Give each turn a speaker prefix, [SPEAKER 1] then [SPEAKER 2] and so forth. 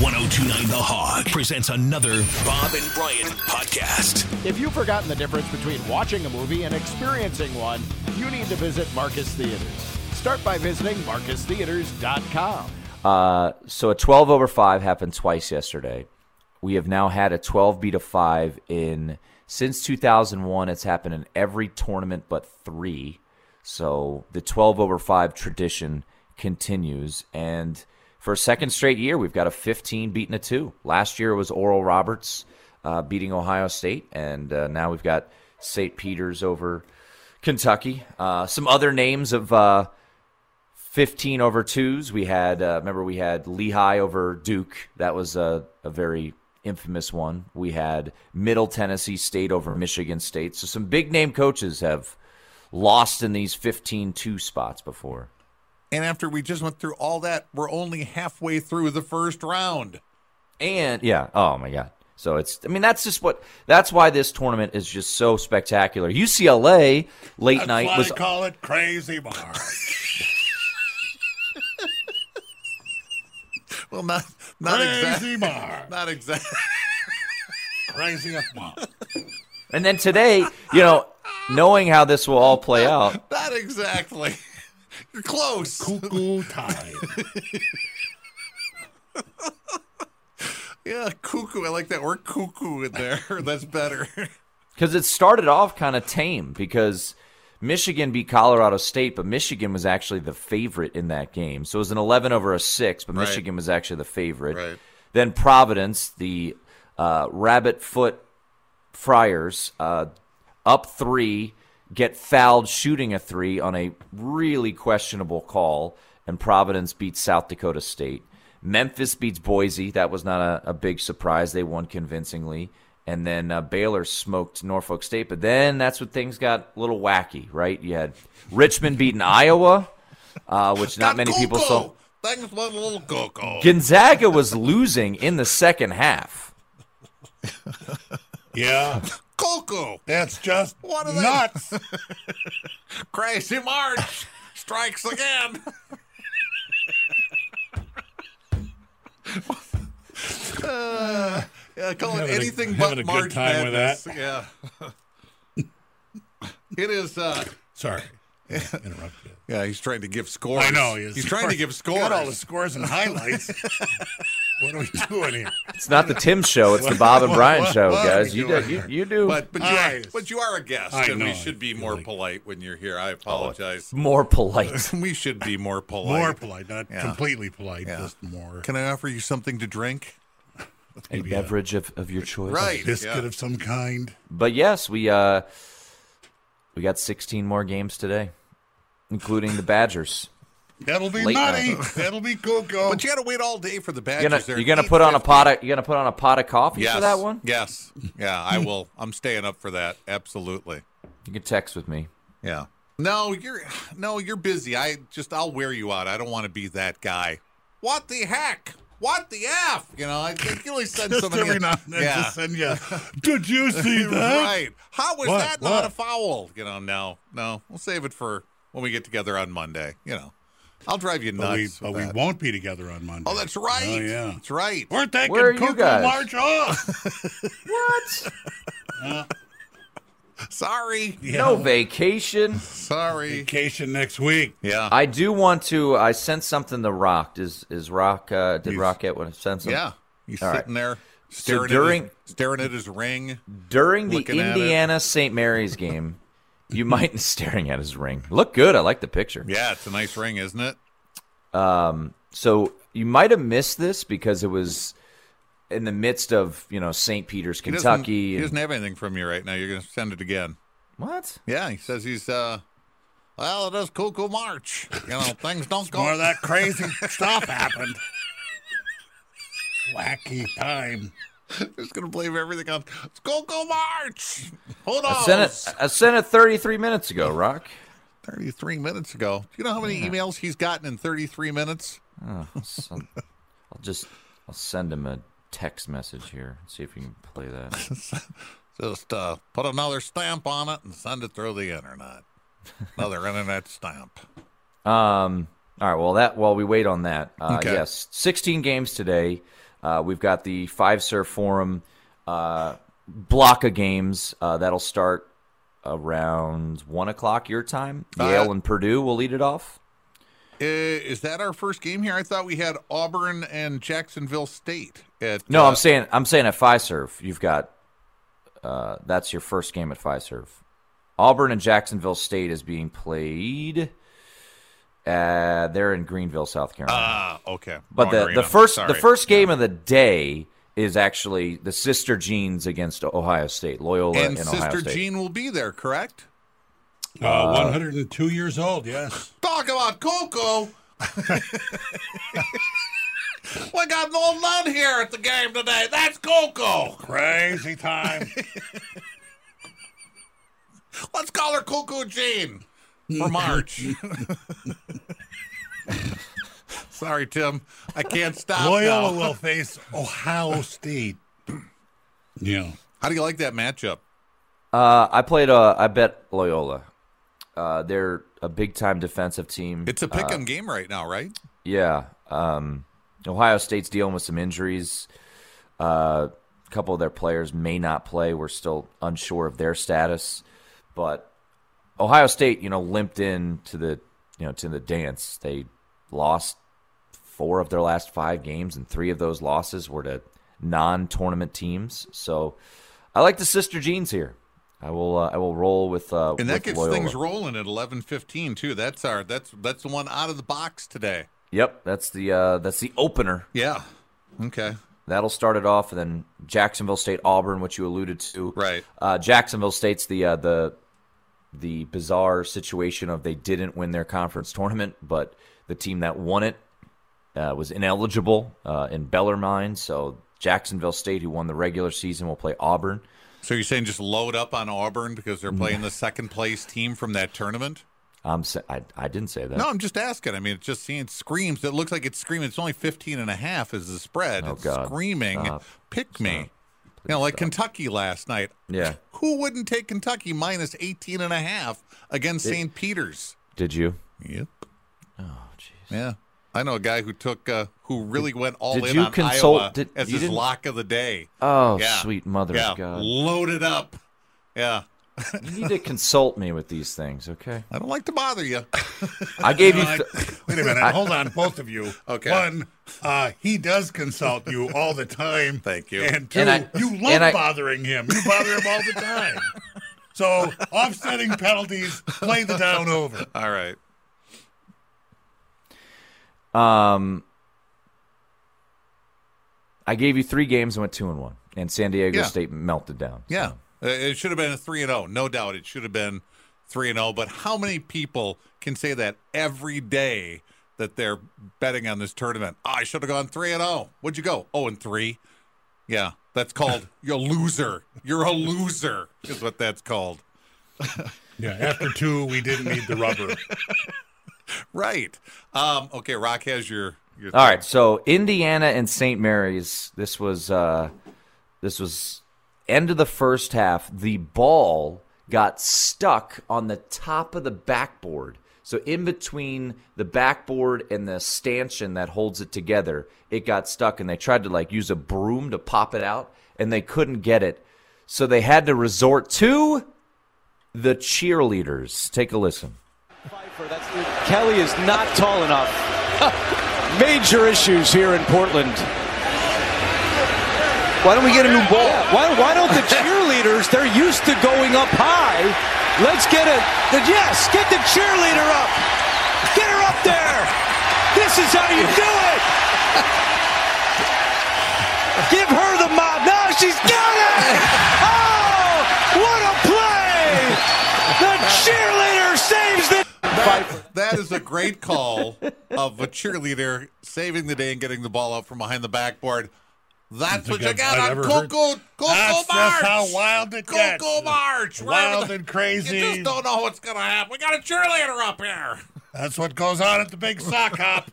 [SPEAKER 1] 1029 The Hog presents another Bob and Brian podcast.
[SPEAKER 2] If you've forgotten the difference between watching a movie and experiencing one, you need to visit Marcus Theaters. Start by visiting marcustheaters.com.
[SPEAKER 3] Uh, so a 12 over 5 happened twice yesterday. We have now had a 12 beat a 5 in since 2001. It's happened in every tournament but three. So the 12 over 5 tradition continues. And for a second straight year, we've got a 15 beating a 2. Last year it was Oral Roberts uh, beating Ohio State. And uh, now we've got St. Peter's over Kentucky. Uh, some other names of. Uh, 15 over twos. We had, uh, remember, we had Lehigh over Duke. That was a, a very infamous one. We had Middle Tennessee State over Michigan State. So some big name coaches have lost in these 15 2 spots before.
[SPEAKER 4] And after we just went through all that, we're only halfway through the first round.
[SPEAKER 3] And yeah, oh my God. So it's, I mean, that's just what, that's why this tournament is just so spectacular. UCLA late
[SPEAKER 4] That's
[SPEAKER 3] night
[SPEAKER 4] why
[SPEAKER 3] was
[SPEAKER 4] they call it crazy bar. well, not not exactly.
[SPEAKER 5] Crazy bar.
[SPEAKER 4] Not exactly.
[SPEAKER 5] Crazy bar.
[SPEAKER 3] And then today, you know, knowing how this will all play out,
[SPEAKER 4] Not exactly. You're close.
[SPEAKER 5] Cuckoo time.
[SPEAKER 4] Yeah, cuckoo. I like that word cuckoo in there. That's better.
[SPEAKER 3] because it started off kind of tame because Michigan beat Colorado State, but Michigan was actually the favorite in that game. So it was an 11 over a 6, but
[SPEAKER 4] Right.
[SPEAKER 3] Michigan was actually the favorite.
[SPEAKER 4] Right.
[SPEAKER 3] Then Providence, the uh, Rabbit Foot Friars, uh, up three, get fouled shooting a three on a really questionable call, and Providence beats South Dakota State. Memphis beats Boise. That was not a, a big surprise. They won convincingly. And then uh, Baylor smoked Norfolk State. But then that's when things got a little wacky, right? You had Richmond beating Iowa, uh, which not
[SPEAKER 4] Got
[SPEAKER 3] many people saw.
[SPEAKER 4] cuckoo. Things went a little cuckoo.
[SPEAKER 3] Gonzaga was losing in the second half.
[SPEAKER 5] Yeah.
[SPEAKER 4] cuckoo.
[SPEAKER 5] That's just
[SPEAKER 4] What are they-
[SPEAKER 5] nuts.
[SPEAKER 4] Crazy March strikes again. Uh, yeah, call it
[SPEAKER 5] Having a-
[SPEAKER 4] anything
[SPEAKER 5] having
[SPEAKER 4] but
[SPEAKER 5] a good
[SPEAKER 4] March
[SPEAKER 5] time with
[SPEAKER 4] Madness. Yeah. it is. Uh,
[SPEAKER 5] Sorry. Interrupted.
[SPEAKER 4] yeah, he's trying to give scores.
[SPEAKER 5] I know.
[SPEAKER 4] He's, trying to give
[SPEAKER 5] score. Got all the
[SPEAKER 4] scores.
[SPEAKER 5] scores and highlights. what are we doing here?
[SPEAKER 3] It's not the Tim show. It's the Bob and Brian show,
[SPEAKER 5] what
[SPEAKER 3] guys. You
[SPEAKER 5] are you
[SPEAKER 3] do,
[SPEAKER 5] doing
[SPEAKER 3] you,
[SPEAKER 5] here?
[SPEAKER 3] you do
[SPEAKER 4] But but you, are,
[SPEAKER 5] Nice.
[SPEAKER 4] but you are a guest,
[SPEAKER 5] I
[SPEAKER 4] and we
[SPEAKER 5] know,
[SPEAKER 4] should be
[SPEAKER 5] I
[SPEAKER 4] more
[SPEAKER 5] feel like-
[SPEAKER 4] polite when you're here. I apologize.
[SPEAKER 3] more polite.
[SPEAKER 4] we should be Oh. more polite.
[SPEAKER 5] More polite, not
[SPEAKER 4] Yeah.
[SPEAKER 5] completely polite,
[SPEAKER 4] Yeah.
[SPEAKER 5] just more.
[SPEAKER 4] Can I offer you something to drink?
[SPEAKER 3] A beverage of, of your choice.
[SPEAKER 4] Right.
[SPEAKER 5] Biscuit
[SPEAKER 4] yeah.
[SPEAKER 5] of some kind.
[SPEAKER 3] But yes, we uh we got 16 more games today, including the Badgers.
[SPEAKER 5] That'll be
[SPEAKER 3] Late
[SPEAKER 5] nutty.
[SPEAKER 3] night.
[SPEAKER 5] That'll be cuckoo.
[SPEAKER 4] But you got to wait all day for the
[SPEAKER 3] You're
[SPEAKER 4] Badgers.
[SPEAKER 3] gonna,
[SPEAKER 4] They're
[SPEAKER 3] you're gonna put on a
[SPEAKER 4] 8:50.
[SPEAKER 3] pot of, you're gonna put on a pot of coffee
[SPEAKER 4] yes.
[SPEAKER 3] for that one? Hmm.
[SPEAKER 4] Yes. Yeah, I will. I'm staying up for that. Absolutely.
[SPEAKER 3] You can text with me.
[SPEAKER 4] Yeah. No, you're no, you're busy. I just I'll wear you out. I don't want to be that guy. What the heck? What the f? You know, I think you only send
[SPEAKER 5] just
[SPEAKER 4] somebody.
[SPEAKER 5] every
[SPEAKER 4] in-
[SPEAKER 5] now and then,
[SPEAKER 4] yeah.
[SPEAKER 5] just send you. Did you see that?
[SPEAKER 4] right. How was
[SPEAKER 5] What?
[SPEAKER 4] that not
[SPEAKER 5] What?
[SPEAKER 4] a foul? You know, no, no. We'll save it for when we get together on Monday. You know, I'll drive you
[SPEAKER 5] But, we,
[SPEAKER 4] nuts.
[SPEAKER 5] but
[SPEAKER 4] with
[SPEAKER 5] we
[SPEAKER 4] that.
[SPEAKER 5] won't be together on Monday.
[SPEAKER 4] Oh, that's right.
[SPEAKER 5] Oh, yeah.
[SPEAKER 4] that's right.
[SPEAKER 5] We're taking
[SPEAKER 3] Where are you
[SPEAKER 5] cuckoo
[SPEAKER 3] guys?
[SPEAKER 5] march off.
[SPEAKER 3] What?
[SPEAKER 4] Sorry,
[SPEAKER 3] No vacation.
[SPEAKER 4] sorry.
[SPEAKER 5] Vacation next week.
[SPEAKER 4] Yeah,
[SPEAKER 3] I do want to. I sent something to Rock. Is is Rock? Uh, did
[SPEAKER 5] He's-
[SPEAKER 3] Rock get what I sent? Something?
[SPEAKER 4] yeah. He's
[SPEAKER 3] All right.
[SPEAKER 4] sitting there staring
[SPEAKER 3] during-
[SPEAKER 4] at his, staring at his ring.
[SPEAKER 3] During the
[SPEAKER 4] Looking at it.
[SPEAKER 3] Indiana St. Mary's game, you might staring at his ring. Look good. I like the picture.
[SPEAKER 4] Yeah, it's a nice ring, isn't it?
[SPEAKER 3] So you might have missed this because it was in the midst of you know St. Peter's,
[SPEAKER 4] He doesn't-
[SPEAKER 3] Kentucky.
[SPEAKER 4] He
[SPEAKER 3] and-
[SPEAKER 4] doesn't have anything from you right now. You're going to send it again.
[SPEAKER 3] what?
[SPEAKER 4] Yeah, he says he's. uh well, it is cuckoo March. You know, things don't
[SPEAKER 5] More
[SPEAKER 4] go.
[SPEAKER 5] of that crazy stuff happened. Wacky time.
[SPEAKER 4] Just gonna blame everything on it's cuckoo March. Hold on.
[SPEAKER 3] I sent it. I sent it 33 minutes ago. Rock.
[SPEAKER 4] 33 minutes ago. Do you know how many emails he's gotten in 33 minutes?
[SPEAKER 3] I'll s- I'll just. I'll send him a text message here. See if you can play that.
[SPEAKER 4] Just uh, put another stamp on it and send it through the internet. Another internet stamp.
[SPEAKER 3] Um. All right. Well, that while we wait on that. Uh,
[SPEAKER 4] Okay.
[SPEAKER 3] Yes, 16 games today. Uh, we've got the Five Serve Forum uh, block of games uh, that'll start around one o'clock your time.
[SPEAKER 4] Uh,
[SPEAKER 3] Yale and Purdue will lead it off.
[SPEAKER 4] Uh, is that our first game here? I thought we had Auburn and Jacksonville State. At,
[SPEAKER 3] No,
[SPEAKER 4] uh,
[SPEAKER 3] I'm saying I'm saying at Fiserv, you've got uh, that's your first game at Fiserv. Auburn and Jacksonville State is being played. Uh, they're in Greenville, South Carolina.
[SPEAKER 4] Ah, okay.
[SPEAKER 3] but
[SPEAKER 4] Wrong
[SPEAKER 3] the, the
[SPEAKER 4] arena.
[SPEAKER 3] first the
[SPEAKER 4] Sorry.
[SPEAKER 3] first game of the day is actually the Sister Jeans against Ohio State, Loyola
[SPEAKER 4] and
[SPEAKER 3] and, Ohio
[SPEAKER 4] Sister
[SPEAKER 3] State.
[SPEAKER 4] Jean will be there, correct?
[SPEAKER 5] Uh, 102 years old, yes.
[SPEAKER 4] Talk about Coco. we got an old nun here at the game today. That's Coco.
[SPEAKER 5] Crazy time.
[SPEAKER 4] Let's call her Coco Jean for March. Sorry, Tim. I can't stop.
[SPEAKER 5] Loyola
[SPEAKER 4] now.
[SPEAKER 5] will face Ohio State. Yeah.
[SPEAKER 4] How do you like that matchup?
[SPEAKER 3] Uh, I played. Uh, I bet Loyola. Uh, they're a big time defensive team.
[SPEAKER 4] It's a pick 'em game right now, right?
[SPEAKER 3] Yeah. Um, Ohio State's dealing with some injuries. Uh, a couple of their players may not play. We're still unsure of their status, but Ohio State, you know, limped in to the you know to the dance. They lost four of their last five games, and three of those losses were to non-tournament teams. So, I like the sister jeans here. I will uh, I will roll with uh,
[SPEAKER 4] And that
[SPEAKER 3] with
[SPEAKER 4] gets
[SPEAKER 3] Loyola.
[SPEAKER 4] things rolling at eleven fifteen too. That's our that's that's the one out of the box today.
[SPEAKER 3] Yep, that's the uh, that's the opener.
[SPEAKER 4] Yeah. Okay.
[SPEAKER 3] That'll start it off, and then Jacksonville State Auburn, which you alluded to.
[SPEAKER 4] Right.
[SPEAKER 3] Uh, Jacksonville State's the uh, the the bizarre situation of they didn't win their conference tournament, but the team that won it uh, was ineligible uh, in Bellarmine. So Jacksonville State, who won the regular season, will play Auburn.
[SPEAKER 4] So you're saying just load up on Auburn because they're
[SPEAKER 3] Mm.
[SPEAKER 4] playing the second place team from that tournament?
[SPEAKER 3] Um, sa- I I didn't say that.
[SPEAKER 4] No, I'm just asking. I mean, it's just seeing screams. It looks like it's screaming. It's only 15 and a half is the spread.
[SPEAKER 3] Oh,
[SPEAKER 4] it's
[SPEAKER 3] God.
[SPEAKER 4] screaming,
[SPEAKER 3] Stop.
[SPEAKER 4] pick me. You know, like Kentucky last night.
[SPEAKER 3] Yeah.
[SPEAKER 4] Who wouldn't take Kentucky minus 18 and a half against St. Peter's?
[SPEAKER 3] Did you?
[SPEAKER 4] Yep.
[SPEAKER 3] Oh, jeez.
[SPEAKER 4] Yeah. I know a guy who took, uh, who really went all
[SPEAKER 3] did
[SPEAKER 4] in
[SPEAKER 3] you
[SPEAKER 4] on
[SPEAKER 3] consult-
[SPEAKER 4] Iowa
[SPEAKER 3] did-
[SPEAKER 4] as
[SPEAKER 3] you
[SPEAKER 4] his
[SPEAKER 3] didn't-
[SPEAKER 4] lock of the day.
[SPEAKER 3] Oh,
[SPEAKER 4] Yeah.
[SPEAKER 3] sweet mother
[SPEAKER 4] yeah.
[SPEAKER 3] of God!
[SPEAKER 4] Loaded up. Yeah.
[SPEAKER 3] You need to consult me with these things, okay?
[SPEAKER 4] I don't like to bother you.
[SPEAKER 3] I gave you.
[SPEAKER 5] I-
[SPEAKER 3] Th-
[SPEAKER 5] wait a minute. Hold on, both of you.
[SPEAKER 4] Okay.
[SPEAKER 5] One, uh, he does consult you all the time.
[SPEAKER 4] Thank you.
[SPEAKER 5] And two,
[SPEAKER 3] And I-
[SPEAKER 5] you
[SPEAKER 3] and
[SPEAKER 5] love
[SPEAKER 3] I-
[SPEAKER 5] bothering him. You bother him all the time. So offsetting penalties, play the down over.
[SPEAKER 4] All right.
[SPEAKER 3] Um, I gave you three games and went two and one, and San Diego
[SPEAKER 4] Yeah.
[SPEAKER 3] State melted down.
[SPEAKER 4] Yeah,
[SPEAKER 3] Oh.
[SPEAKER 4] Uh, it should have been a three and zero, no doubt. It should have been three and zero. But how many people can say that every day that they're betting on this tournament? "Oh, I should have gone three and zero. What'd you go? Oh, and three. Yeah, that's called you're a loser. You're a loser is what that's called.
[SPEAKER 5] Yeah. After two, we didn't need the rubber.
[SPEAKER 4] Right. Um, okay. Rock has your. your
[SPEAKER 3] All right, so Indiana and St. Mary's. This was uh, this was end of the first half. The ball got stuck on the top of the backboard. So in between the backboard and the stanchion that holds it together, it got stuck, and they tried to like use a broom to pop it out, and they couldn't get it. So they had to resort to the cheerleaders. Take a listen.
[SPEAKER 6] Pfeiffer, that's Kelly is not tall enough. Major issues here in Portland. Why don't we get a new ball? why, why don't the cheerleaders, they're used to going up high. Let's get it. Yes, get the cheerleader up. Get her up there. This is how you do it. Give her the mob. Now she's got it. Oh, what a play. The cheerleader saves the.
[SPEAKER 4] That, that is a great call of a cheerleader saving the day and getting the ball out from behind the backboard. That's what you
[SPEAKER 5] I've
[SPEAKER 4] got on
[SPEAKER 5] ever
[SPEAKER 4] Coco
[SPEAKER 5] heard-
[SPEAKER 4] Coco
[SPEAKER 5] That's
[SPEAKER 4] March.
[SPEAKER 5] just how wild it gets.
[SPEAKER 4] Coco March. wherever
[SPEAKER 5] Wild
[SPEAKER 4] the-
[SPEAKER 5] and crazy.
[SPEAKER 4] You just don't know what's gonna happen. We got a cheerleader up here.
[SPEAKER 5] That's what goes on at the big sock hop.